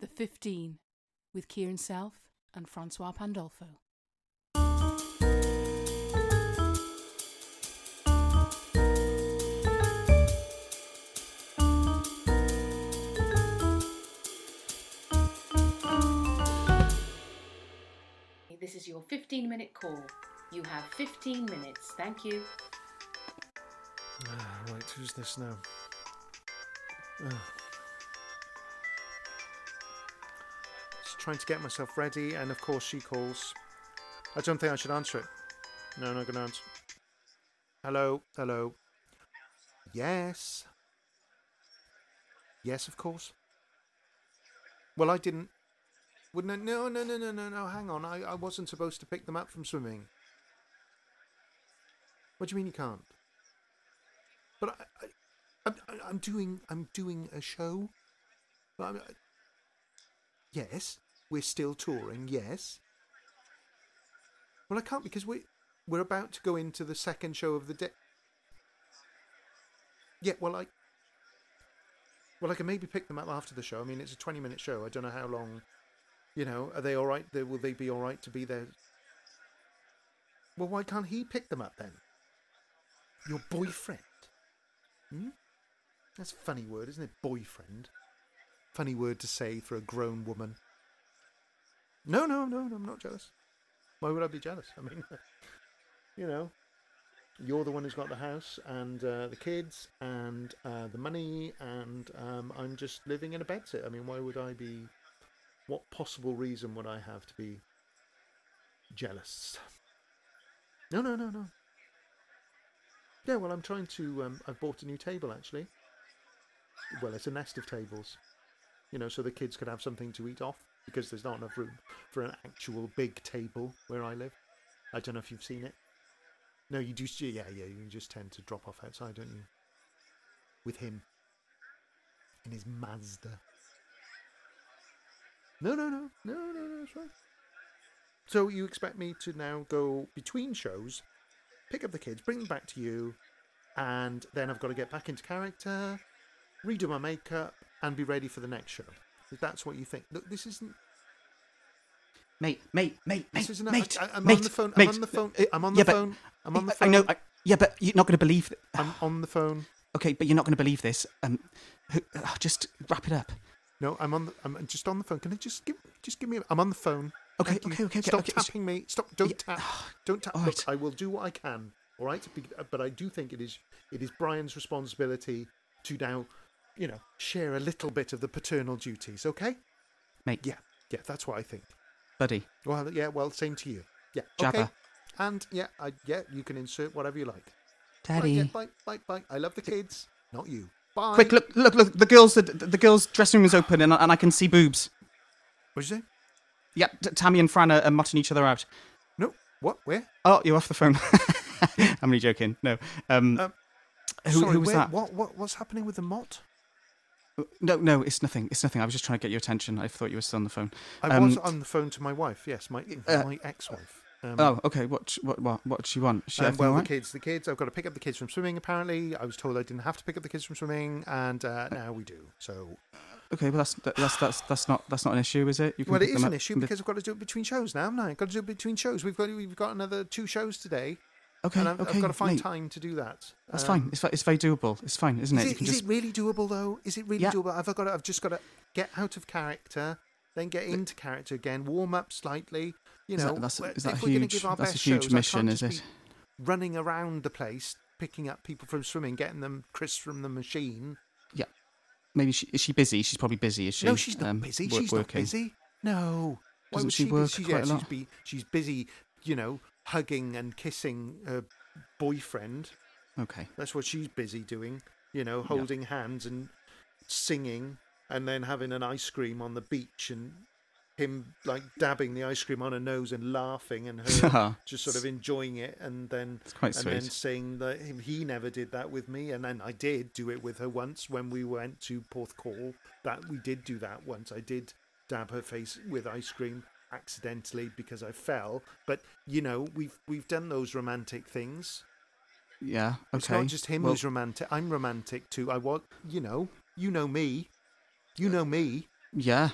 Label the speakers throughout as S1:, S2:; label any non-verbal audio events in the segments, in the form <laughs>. S1: The 15 with Kieran Self and Francois Pandolfo.
S2: This is your 15 minute call. You have 15 minutes. Thank you.
S3: Ah, right, who's this now? Ah. Just trying to get myself ready, and of course she calls. I don't think I should answer it. No, not gonna answer. Hello, hello. Yes. Yes, of course. Well, I didn't. Wouldn't it? No, no, no, no, no, no. Hang on. I, I wasn't supposed to pick them up from swimming. What do you mean you can't? But I, I, I'm, I- I'm doing, I'm doing a show. But I'm, I- yes, we're still touring. Yes. Well, I can't because we, we're about to go into the second show of the day. Yeah. Well, I. Well, I can maybe pick them up after the show. I mean, it's a twenty-minute show. I don't know how long. You know, are they all right? They- Will they be all right to be there? Well, why can't he pick them up then? Your boyfriend. Hmm? That's a funny word, isn't it? Boyfriend. Funny word to say for a grown woman. No, no, no, no, I'm not jealous. Why would I be jealous? I mean, <laughs> you know, you're the one who's got the house and uh, the kids and uh, the money, and um, I'm just living in a bedsit. I mean, why would I be. What possible reason would I have to be jealous? No, no, no, no. Yeah, well, I'm trying to. Um, I've bought a new table actually. Well, it's a nest of tables, you know, so the kids could have something to eat off because there's not enough room for an actual big table where I live. I don't know if you've seen it. No, you do. s- Yeah, yeah, you just tend to drop off outside, don't you? With him in his Mazda. No, no, no, no, no, no, that's right. So you expect me to now go between shows pick up the kids, bring them back to you, and then I've got to get back into character, redo my makeup, and be ready for the next show. If that's what you think. Look, this isn't.
S4: Mate, mate, mate, mate,
S3: This isn't.
S4: mate,
S3: I, I, I'm
S4: mate,
S3: on the phone.
S4: mate.
S3: I'm on the phone. eh, I'm on the
S4: Yeah, but-
S3: phone. I'm on the
S4: I
S3: phone.
S4: know. I, yeah, but you're not going to believe. th-
S3: I'm on the phone.
S4: <sighs> Okay, but you're not going to believe this. Um, who- uh, just wrap it up.
S3: No, I'm on. The, I'm just on the phone. Can I just give? Just give me. A, I'm on the phone.
S4: Okay,
S3: Thank you.
S4: okay, okay, okay,
S3: Stop
S4: okay, s-
S3: tapping me. Stop. Don't
S4: Yeah, <sighs>
S3: tap. Don't tap.
S4: all
S3: Look,
S4: right.
S3: I will do what I can. All right. Be- uh, But I do think it is. It is Brian's responsibility to now, you know, share a little bit of the paternal duties. Okay.
S4: Mate,
S3: Yeah. Yeah. That's what I think.
S4: buddy,
S3: Well. Yeah. Well. Same to you. Yeah. Okay.
S4: Jabba.
S3: And yeah. I, yeah. You can insert whatever you like. Right,
S4: daddy.
S3: yeah, bye. Bye. Bye. I love the kids. Not you. Bye.
S4: Quick, look, look, look. The girls, the, the girls' dressing room is open, and, I- and I can see boobs.
S3: What'd you say?
S4: Yeah, t- Tammy and Fran are, are mutting each other out.
S3: No. What? Where?
S4: Oh, you're off the phone. <laughs> I'm only joking. No. Um,
S3: Um,
S4: who,
S3: Sorry,
S4: who was
S3: where,
S4: that?
S3: What, what? What's happening with the mot?
S4: No, no, it's nothing. It's nothing. I was just trying to get your attention. I thought you were still on the phone.
S3: I
S4: Um,
S3: was on the phone to my wife. Yes, my
S4: uh,
S3: my ex-wife. Um,
S4: Oh, okay. What? sh- What? What? What? She want? Is She
S3: um,
S4: everything
S3: well,
S4: all
S3: the
S4: right?
S3: kids, the kids. I've got to pick up the kids from swimming. Apparently, I was told I didn't have to pick up the kids from swimming, and uh, now we do. So,
S4: Okay, well that's that, that's that's that's not that's not an issue, is it? You
S3: well, it
S4: pick
S3: is
S4: them
S3: an
S4: up
S3: issue
S4: and be-
S3: because I've got to do it between shows now. haven't I? I've got to do it between shows. We've got we've got another two shows today,
S4: okay,
S3: and I've,
S4: okay,
S3: I've got to find
S4: mate,
S3: time to do that.
S4: That's
S3: Um,
S4: fine. It's ve- it's very doable. It's fine, isn't it?
S3: Is,
S4: You
S3: it,
S4: can
S3: is
S4: just
S3: it really doable though? Is it really
S4: Yeah.
S3: doable? I've got. To, I've just got to get out of character, then get into character again, warm up slightly. You
S4: Is
S3: know,
S4: that- that's-
S3: where-
S4: is that
S3: if
S4: a
S3: we're going to
S4: huge-
S3: give our
S4: that's a
S3: best
S4: huge
S3: shows, I
S4: mission,
S3: can't
S4: is
S3: just
S4: it?
S3: be Running around the place, picking up people from swimming, getting them crisps from the machine.
S4: yeah. Maybe she is she busy? She's probably busy. Is she?
S3: no, she's not
S4: Um,
S3: busy.
S4: wor-
S3: she's
S4: working.
S3: not busy. No. Why
S4: Doesn't
S3: would
S4: she
S3: she, be-
S4: work
S3: she-
S4: quite a
S3: yeah,
S4: lot?
S3: She's, be, she's busy. You know, hugging and kissing her boyfriend.
S4: Okay.
S3: That's what she's busy doing, you know, holding hands and singing and then having an ice cream on the beach and him like dabbing the ice cream on her nose and laughing and
S4: <laughs>
S3: her just sort of enjoying it and then
S4: Ah. It's quite
S3: and then
S4: sweet.
S3: saying that him- he never did that with me and then I did do it with her once when we went to Porthcawl that we did do that once I did dab her face with ice cream accidentally because I fell but you know we've we've done those romantic things
S4: Yeah. Okay.
S3: it's not just him
S4: well,
S3: who's romantic. I'm romantic too. I want, you know, you know me, you know me.
S4: Yeah.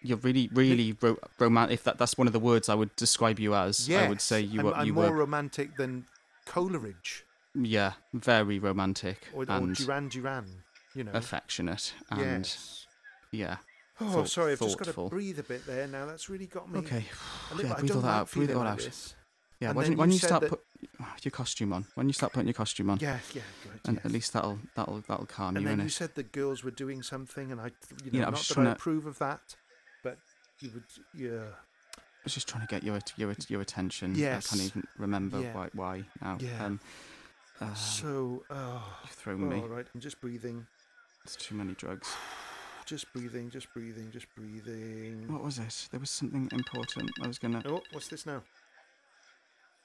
S4: you're really, really ro- romantic. If that, that's one of the words I would describe you as, I would say you
S3: I'm,
S4: were.
S3: I'm
S4: you
S3: more
S4: were,
S3: romantic than Coleridge
S4: yeah, very romantic
S3: or, or
S4: and
S3: Duran Duran. You know.
S4: affectionate, and
S3: yes.
S4: yeah.
S3: Oh,
S4: thought-
S3: sorry. I've just got to
S4: thoughtful.
S3: breathe a bit there. Now that's really got me.
S4: Okay,
S3: A little-
S4: yeah,
S3: I
S4: breathe all
S3: don't
S4: that
S3: like
S4: out. Breathe it
S3: feeling
S4: all
S3: like
S4: out.
S3: this.
S4: Yeah,
S3: And
S4: why
S3: then
S4: don't, why don't
S3: you
S4: you
S3: said
S4: start
S3: that-
S4: put your costume on? When you start putting your costume on,
S3: Yeah, yeah, good.
S4: and
S3: yes.
S4: at least that'll that'll that'll calm
S3: and
S4: you
S3: then
S4: in
S3: you
S4: it.
S3: said the girls were doing something, and I, you know,
S4: Yeah, I was
S3: not
S4: just
S3: that
S4: trying
S3: I
S4: to-
S3: approve of that, but you would, yeah,
S4: I was just trying to get your at- your at- your attention. I
S3: Yes.
S4: can't even remember
S3: Yeah.
S4: why why now.
S3: Yeah.
S4: Um, uh,
S3: so, oh,
S4: you've thrown me.
S3: all right, I'm just breathing,
S4: It's too many drugs.
S3: just breathing, just breathing, just breathing.
S4: What was it? There was something important. I was gonna.
S3: Oh, what's this now?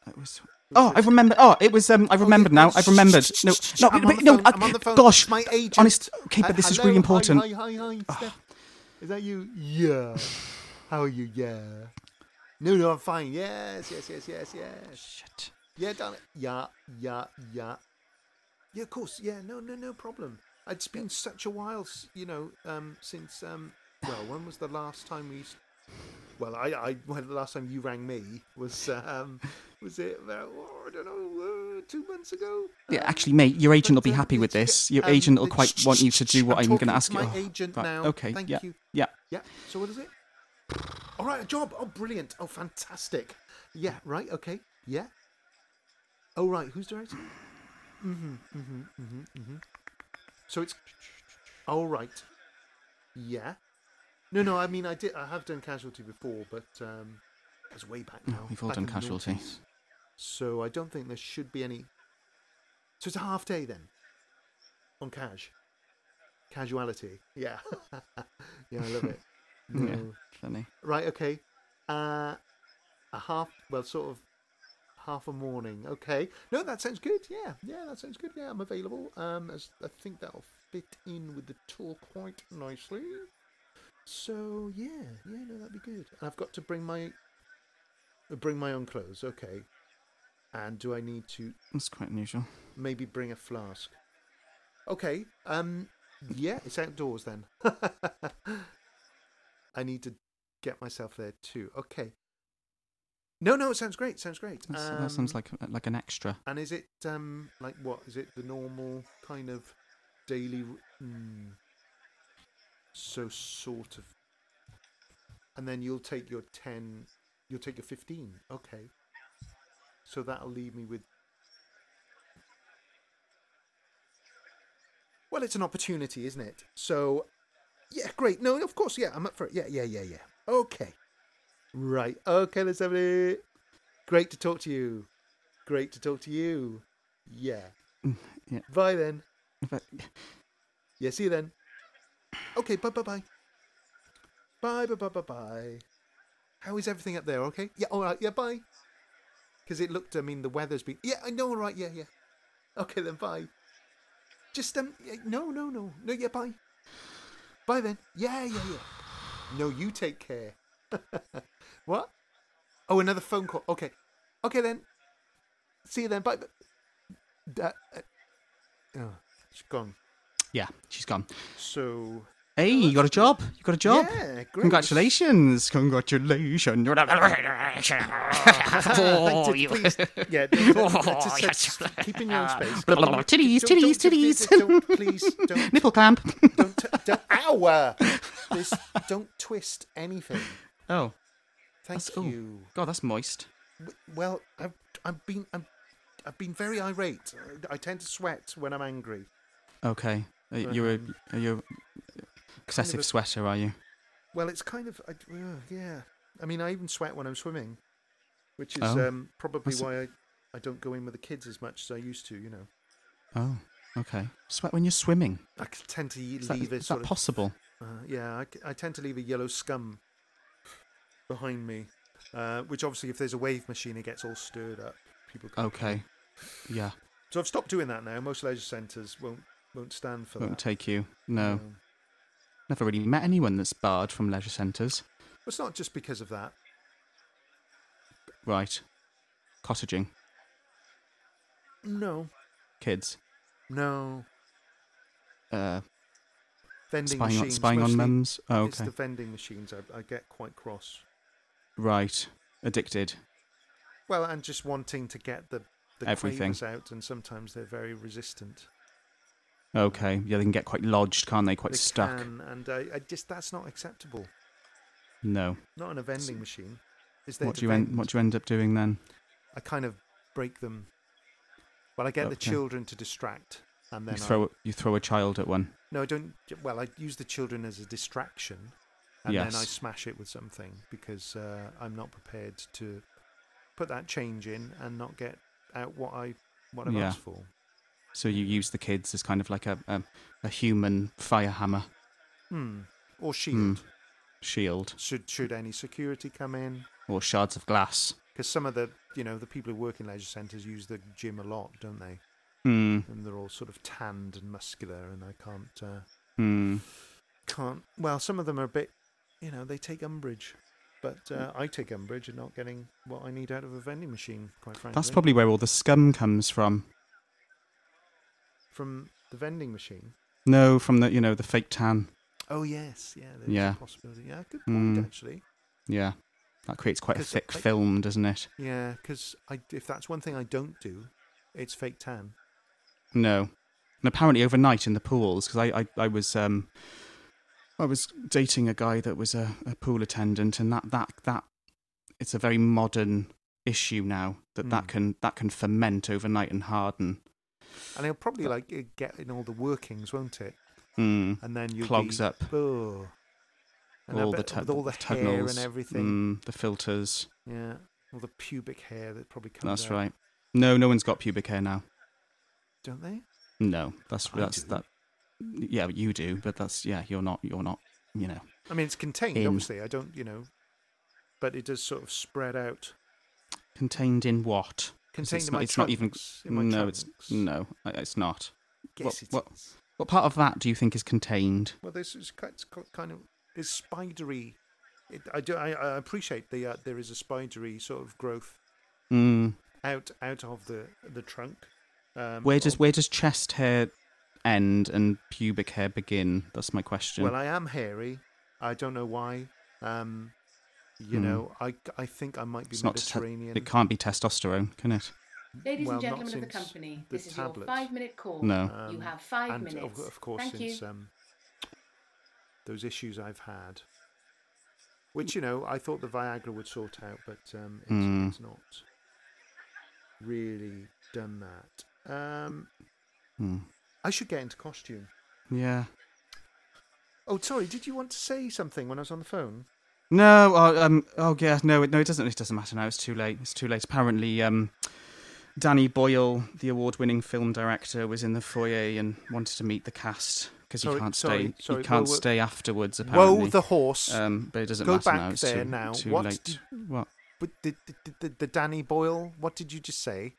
S4: It was. Oh, I remember. Oh, it was. Um, I remembered now. I've remembered. No, no,
S3: I'm on
S4: wait,
S3: the
S4: no.
S3: phone,
S4: I- oh,
S3: I'm on the phone.
S4: Gosh,
S3: My agent.
S4: Honest. Okay,
S3: Uh,
S4: but this is
S3: hello,
S4: really
S3: hi,
S4: important.
S3: Hi, hi, hi, Steph. Is that you? Yeah. How are you? Yeah. No, no, I'm fine. Yes, yes, yes, yes, yes.
S4: Shit.
S3: Yeah, darling. Yeah, yeah, yeah. Yeah, of course. Yeah, no, no, no problem. It's been such a while, s- you know, um, since um, well, when was the last time we? s- Well, I, I, when the last time you rang me was um, was it about oh, I don't know, uh, two months ago.
S4: Yeah,
S3: Um,
S4: actually, mate, your agent will
S3: but,
S4: be
S3: uh,
S4: happy with
S3: it's-
S4: this. Your
S3: um,
S4: agent will
S3: it's-
S4: quite
S3: shh,
S4: want you
S3: shh,
S4: to
S3: shh,
S4: do what I'm, going
S3: talking
S4: to ask
S3: my
S4: you.
S3: agent
S4: right,
S3: now.
S4: Okay.
S3: Thank
S4: yeah.
S3: you.
S4: Yeah.
S3: Yeah. So what is it? All right, a job. Oh, brilliant. Oh, fantastic. Yeah. Right. Okay. Yeah. Oh, right. Who's directing? Mm-hmm. Mm-hmm. Mm-hmm. Mm-hmm. So it's. All right. Yeah. No, no. I mean, I did. I have done Casualty before, but um, that's way back now.
S4: Mm, We've all
S3: back
S4: done
S3: in the
S4: Casualty.
S3: 90s. So I don't think there should be any. So it's a half day then. On cash. Casuality. Yeah. <laughs> yeah, I love it. Mm. No.
S4: Yeah. Funny.
S3: Right, okay. Uh, a half, well, sort of half a morning. Okay. No, that sounds good. Yeah, yeah, that sounds good. Yeah, I'm available. Um, as I think that'll fit in with the tour quite nicely. So yeah, yeah, no, that'd be good. And I've got to bring my bring my own clothes. Okay. And do I need to
S4: That's quite unusual.
S3: maybe bring a flask? Okay. Um. Yeah, it's outdoors then. <laughs> I need to get myself there too. Okay. No, no, it sounds great. Sounds great.
S4: That's, that sounds
S3: Um,
S4: like like an extra.
S3: And is it um like what is it the normal kind of daily? r- Mm, so sort of. And then you'll take your ten. You'll take your fifteen. Okay. So that'll leave me with. Well, it's an opportunity, isn't it? So, yeah, great. No, of course, yeah, I'm up for it. Yeah, yeah, yeah, yeah. Okay. Right. Okay, let's have it. Great to talk to you. Great to talk to you. Yeah.
S4: yeah.
S3: Bye then.
S4: But
S3: Yeah, see you then. Okay, bye bye bye. Bye bye bye bye bye. How is everything up there? Okay. Yeah. All right. Yeah. Bye. Because it looked. I mean, the weather's been. Yeah. I know. All right. Yeah. Yeah. Okay then. Bye. Just um. yeah, No. No. No. No. Yeah. Bye. Bye then. Yeah. Yeah. Yeah. No. You take care. <laughs> what? Oh, another phone call. Okay. Okay then. See you then. Bye. That. Uh, oh, she's gone.
S4: yeah, she's gone.
S3: So
S4: Hey, you got a job. You got a job.
S3: Oh, Yeah, great.
S4: Congratulations! Congratulations!
S3: <laughs>
S4: <laughs>
S3: Oh,
S4: Oh,
S3: Thank you, please. Yeah, don't- don't- just- just keep in your
S4: <laughs>
S3: own space.
S4: Blah, blah, blah. Titties,
S3: Don't- don't-
S4: titties, titties.
S3: Don't, please,
S4: <laughs>
S3: don't,
S4: Nipple clamp.
S3: don't, t- don't, ow! uh,
S4: <laughs>
S3: This, don't twist anything.
S4: oh,
S3: Thank
S4: That's- oh. ooh.
S3: you.
S4: God, that's moist.
S3: W- Well, I've, I've been, I'm, I've been very irate. I tend to sweat when I'm angry.
S4: Okay, are, y- you're a, are you a excessive
S3: um, a-
S4: sweater, are you?
S3: Well, it's kind of, I, uh, yeah. I mean, I even sweat when I'm swimming, which is
S4: Oh,
S3: um, probably
S4: that's a-
S3: why I, I don't go in with the kids as much as I used to. You know,
S4: Oh, okay. Sweat when you're swimming.
S3: I c- tend to
S4: Is that,
S3: leave
S4: is
S3: it
S4: that
S3: sort of
S4: possible?
S3: Uh, yeah, I, c- I tend to leave a yellow scum behind me, uh, which obviously, if there's a wave machine, it gets all stirred up. People. Can... <sighs>
S4: Okay. Yeah,
S3: So I've stopped doing that now. Most leisure centres won't won't stand for
S4: won't
S3: that.
S4: take you. No,
S3: Um,
S4: never really met anyone that's barred from leisure centres.
S3: It's not just because of that.
S4: Right. Cottaging,
S3: No,
S4: kids,
S3: no.
S4: uh,
S3: vending
S4: Spying on,
S3: machines.
S4: spying on
S3: mostly
S4: mums. Oh,
S3: It's
S4: okay.
S3: the vending machines. I, I get quite cross.
S4: Right. Addicted.
S3: Well, and just wanting to get the the
S4: Everything.
S3: cravings out, and sometimes they're very resistant.
S4: Okay. Yeah, they can get quite lodged, can't they? Quite
S3: They
S4: stuck.
S3: can, and I, I just that's not acceptable.
S4: No.
S3: Not in a vending machine. Is there
S4: What
S3: to
S4: do you end?
S3: vend.
S4: What do you end up doing then?
S3: I kind of break them. Well, I get the
S4: Okay.
S3: children to distract, and then
S4: you
S3: I-
S4: throw you throw a child at one.
S3: no, I don't. Well, I use the children as a distraction, and then I
S4: Yes.
S3: smash it with something because uh, I'm not prepared to put that change in and not get out what I what I've
S4: Yeah.
S3: asked for.
S4: So you use the kids as kind of like a a, a human fire hammer
S3: Hmm. Or shield.
S4: shield
S3: Should should any security come in?
S4: or shards of glass.
S3: Because some of the you know the people who work in leisure centres use the gym a lot, don't they?
S4: Hmm.
S3: And they're all sort of tanned and muscular, and I can't. Uh,
S4: Hmm.
S3: can't. Well, some of them are a bit, you know, they take umbrage. But uh,
S4: Hmm.
S3: I take umbrage at not getting what I need out of a vending machine, quite frankly.
S4: That's probably where all the scum comes from.
S3: from the vending machine.
S4: No, from the you know the fake tan.
S3: Oh yes, yeah, there's
S4: Yeah.
S3: a possibility. Yeah, good point
S4: Mm.
S3: actually.
S4: Yeah, that creates quite a
S3: 'Cause the
S4: thick
S3: fake-
S4: film, doesn't it?
S3: Yeah, because if that's one thing I don't do, it's fake tan.
S4: No. And apparently overnight in the pools, because I, I, I was um I was dating a guy that was a, a pool attendant and that, that that it's a very modern issue now that that
S3: Mm.
S4: can that can ferment overnight and harden.
S3: And it'll
S4: Uh.
S3: probably like it get in all the workings, won't it?
S4: Mm.
S3: And then you
S4: Clogs up
S3: Oh. And I
S4: all the,
S3: bet
S4: tu-
S3: with all the, hair
S4: tunnels,
S3: and everything.
S4: Mm, the filters.
S3: Yeah, all the pubic hair that probably comes.
S4: That's
S3: out,
S4: right. No, no one's got pubic hair now.
S3: Don't they?
S4: No, that's
S3: I
S4: that's
S3: do.
S4: that. Yeah, you do, but that's yeah. You're not. You're not. You know.
S3: I mean, it's contained,
S4: In.
S3: obviously. I don't, you know, but it does sort of spread out.
S4: Contained in what?
S3: Contained
S4: it's
S3: in
S4: not-
S3: my
S4: it's not even-
S3: trunks, in my
S4: no,
S3: trunks.
S4: it's no. I- It's not.
S3: Guess
S4: what-
S3: it is.
S4: What part of that do you think is contained?
S3: Well, this is ki- it's ki- kind of it's spidery. It, I do. I, I appreciate the uh, there is a spidery sort of growth
S4: Mm.
S3: out out of the the trunk. Um,
S4: Where does
S3: of-
S4: where does chest hair end and pubic hair begin? That's my question.
S3: Well, I am hairy. I don't know why. Um, you
S4: Hmm.
S3: know, I I think I might be
S4: It's not te-
S3: Mediterranean.
S4: it can't be testosterone, can it?
S2: Ladies
S3: Well,
S2: and
S3: not
S2: gentlemen of the
S3: since
S2: company,
S3: the
S2: this is your
S3: tablets.
S2: five minute call.
S4: No.
S2: You
S3: Um,
S2: have five
S3: and
S2: minutes.
S3: Of, of course,
S2: Thank
S3: since
S2: you.
S3: Um, those issues I've had, which you know, I thought the Viagra would sort out, but um, it's,
S4: Mm.
S3: it's not really done that. Um,
S4: Hmm.
S3: I should get into costume.
S4: Yeah.
S3: Oh, sorry. Did you want to say something when I was on the phone?
S4: No. Oh, um. Oh, yeah. No. It, no. It doesn't. It doesn't matter now. It's too late. It's too late. Apparently, um, Danny Boyle, the award-winning film director, was in the foyer and wanted to meet the cast because he
S3: Sorry,
S4: can't
S3: sorry,
S4: stay.
S3: sorry,
S4: he can't
S3: whoa, whoa.
S4: stay afterwards. Apparently.
S3: Whoa, the horse!
S4: um, but it doesn't
S3: Go
S4: matter
S3: back
S4: now. It's
S3: there
S4: too,
S3: now.
S4: too
S3: What
S4: late.
S3: did-
S4: What?
S3: but the, the, the, the Danny Boyle. What did you just say?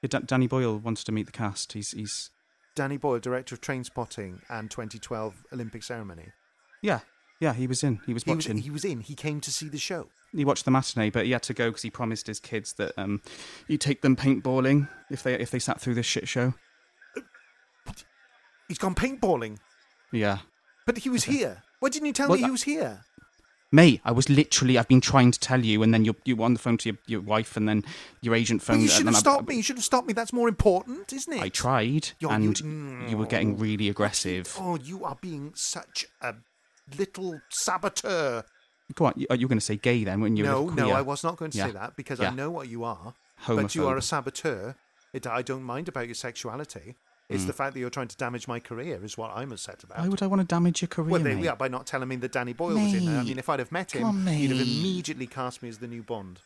S4: Yeah, Dan- Danny Boyle wanted to meet the cast. He's he's
S3: Danny Boyle, director of Train Spotting and 2012 Olympic Ceremony.
S4: yeah yeah he was in. He was
S3: He was,
S4: watching.
S3: he was in. He came to see the show.
S4: he watched the matinee, but he had to go because he promised his kids that um, he'd take them paintballing if they if they sat through this shit show.
S3: He's gone paintballing.
S4: Yeah,
S3: But he was here. Why didn't you tell
S4: Well,
S3: me
S4: that-
S3: he was here?
S4: mate, I was literally I've been trying to tell you, and then you you were on the phone to your, your wife, and then your agent
S3: But
S4: phoned.
S3: you
S4: and
S3: should
S4: then
S3: have
S4: I-
S3: stopped
S4: I-
S3: me. You should have stopped me. That's more important, isn't it?
S4: I tried,
S3: Yo, you-
S4: and
S3: Mm.
S4: you were getting really aggressive.
S3: Oh, you are being such a little saboteur.
S4: Go on, you, you were going to say gay then, weren't you?
S3: no, no,
S4: Queer.
S3: I was not going to
S4: Yeah.
S3: say that because I
S4: Yeah.
S3: know what you are. But you
S4: Homophobe.
S3: are a saboteur. It, I don't mind about your sexuality. It's the fact that you're trying to damage my career is what I'm upset about.
S4: Why would Mm. I want to damage your career,
S3: well, they,
S4: mate?
S3: yeah, by not telling me that Danny Boyle was in there. I
S4: Mate.
S3: mean, if I'd have met him,
S4: Come on,
S3: he'd have
S4: mate.
S3: immediately cast me as the new Bond.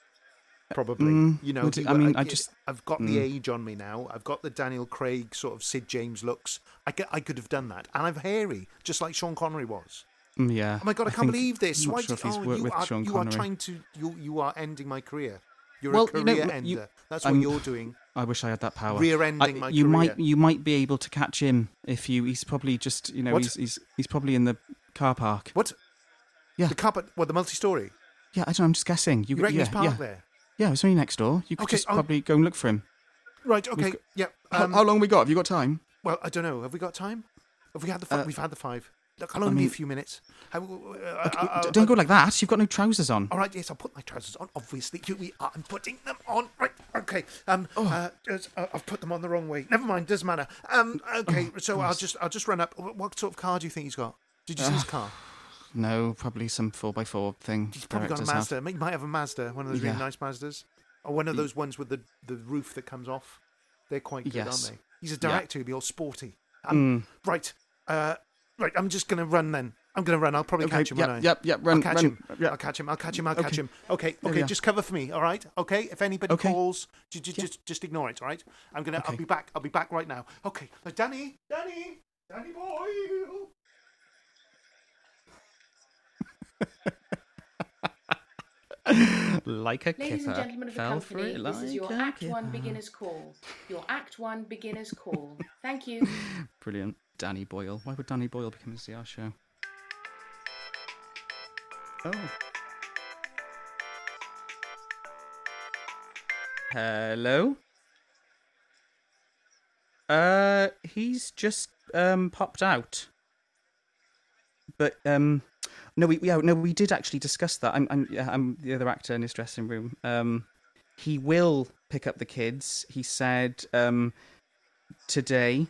S3: Probably,
S4: Mm,
S3: you know.
S4: would it-
S3: he
S4: I
S3: would-
S4: mean, I just-
S3: I've got the
S4: mm.
S3: age on me now. I've got the Daniel Craig sort of Sid James looks. I could, I could have done that, and I'm hairy, just like Sean Connery was.
S4: Mm, yeah.
S3: Oh my god, I, can't
S4: think-
S3: believe this.
S4: I'm
S3: Why
S4: not sure
S3: did-
S4: if he's
S3: oh,
S4: worked
S3: you
S4: with
S3: are,
S4: Sean
S3: you
S4: Connery.
S3: are trying to, you, you are ending my career. You're
S4: Well,
S3: a
S4: you
S3: career
S4: know,
S3: ender.
S4: you-
S3: That's
S4: I'm-
S3: what you're doing.
S4: I wish I had that power.
S3: Rear-ending
S4: I-
S3: my
S4: you might
S3: career.
S4: you might be able to catch him if you. He's probably just you know
S3: What?
S4: he's, he's he's probably in the car park.
S3: What?
S4: Yeah.
S3: The carpet, well, the multi-story.
S4: Yeah, I don't. know, I'm just guessing. You,
S3: You
S4: could-
S3: reckon
S4: yeah,
S3: he's parked
S4: yeah.
S3: there?
S4: Yeah, it's only next door. You could
S3: Okay, um,
S4: just
S3: I'll-
S4: probably go and look for him.
S3: Right,
S4: We've
S3: okay,
S4: got-
S3: yeah.
S4: How-
S3: um,
S4: how, long we got? Have you got time?
S3: Well, I don't know. Have we got time? Have we had the fi-
S4: Uh,
S3: we've had the five? Look, I'll only be
S4: mean-
S3: a few minutes. uh, I, I,
S4: Okay,
S3: I- I-
S4: d- don't go like that. You've got no trousers on.
S3: uh, All right, yes, I'll put my trousers on. Obviously, here we are. I'm putting them on. Right, okay. Um,
S4: Oh.
S3: uh, it's- uh, I've put them on the wrong way. Never mind. Doesn't matter. Um, okay.
S4: Oh,
S3: so I'll just, I'll just run up. Wh- What sort of car do you think he's got? Did you
S4: Uh,
S3: see his car?
S4: No, probably some four x four thing.
S3: He's probably got a
S4: Mm. directors have.
S3: Mazda. He might have a Mazda. One of those really
S4: Yeah.
S3: nice Mazdas, or one of those ones with the the roof that comes off. They're quite good,
S4: Yes.
S3: aren't they? He's a
S4: Yeah. Mm.
S3: director. He'll be all sporty. Um, Right. Uh, right. I'm just gonna run then. I'm gonna run. I'll probably
S4: Okay,
S3: catch him.
S4: yep,
S3: won't I?
S4: yep, yep,
S3: I'll
S4: run,
S3: catch
S4: run,
S3: him.
S4: yeah.
S3: I'll catch him. I'll catch him. I'll catch
S4: Okay.
S3: him. Okay.
S4: we
S3: Okay.
S4: are.
S3: Just cover for me. All right. Okay. If anybody
S4: Okay.
S3: calls, ju- ju- just just ignore it. All right. I'm gonna. I'll
S4: Okay.
S3: be back. I'll be back right now. Okay. Uh, Danny. Danny. Danny boy.
S4: like a
S2: Ladies and
S4: kipper,
S2: gentlemen of the
S4: fell
S2: company,
S4: for it
S2: this is your
S4: like a
S2: Act 1
S4: kipper.
S2: beginner's call. Your Act 1 beginner's
S4: <laughs>
S2: call. Thank you.
S4: Brilliant. Danny Boyle. Why would Danny Boyle become a CR show? Oh. Hello? Uh, he's just, um, popped out. But, um, no, we, yeah, no, we did actually discuss that. I'm, I'm, yeah, I'm the other actor in his dressing room. Um, he will pick up the kids. He said, um, today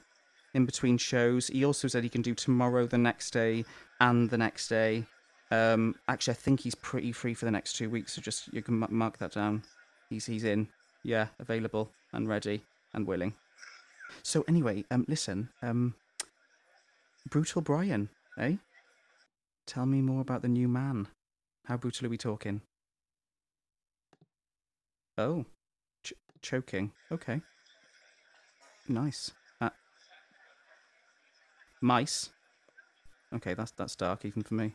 S4: in between shows. He also said he can do tomorrow, the next day, and the next day. Um, actually, I think he's pretty free for the next two weeks, so just you can ma- mark that down. He's he's in, yeah, available and ready and willing. So anyway, um, listen, um, brutal Brian, eh? Tell me more about the new man. How brutal are we talking? Oh, ch- choking. Okay. Nice. Uh, mice. Okay, that's that's dark even for me.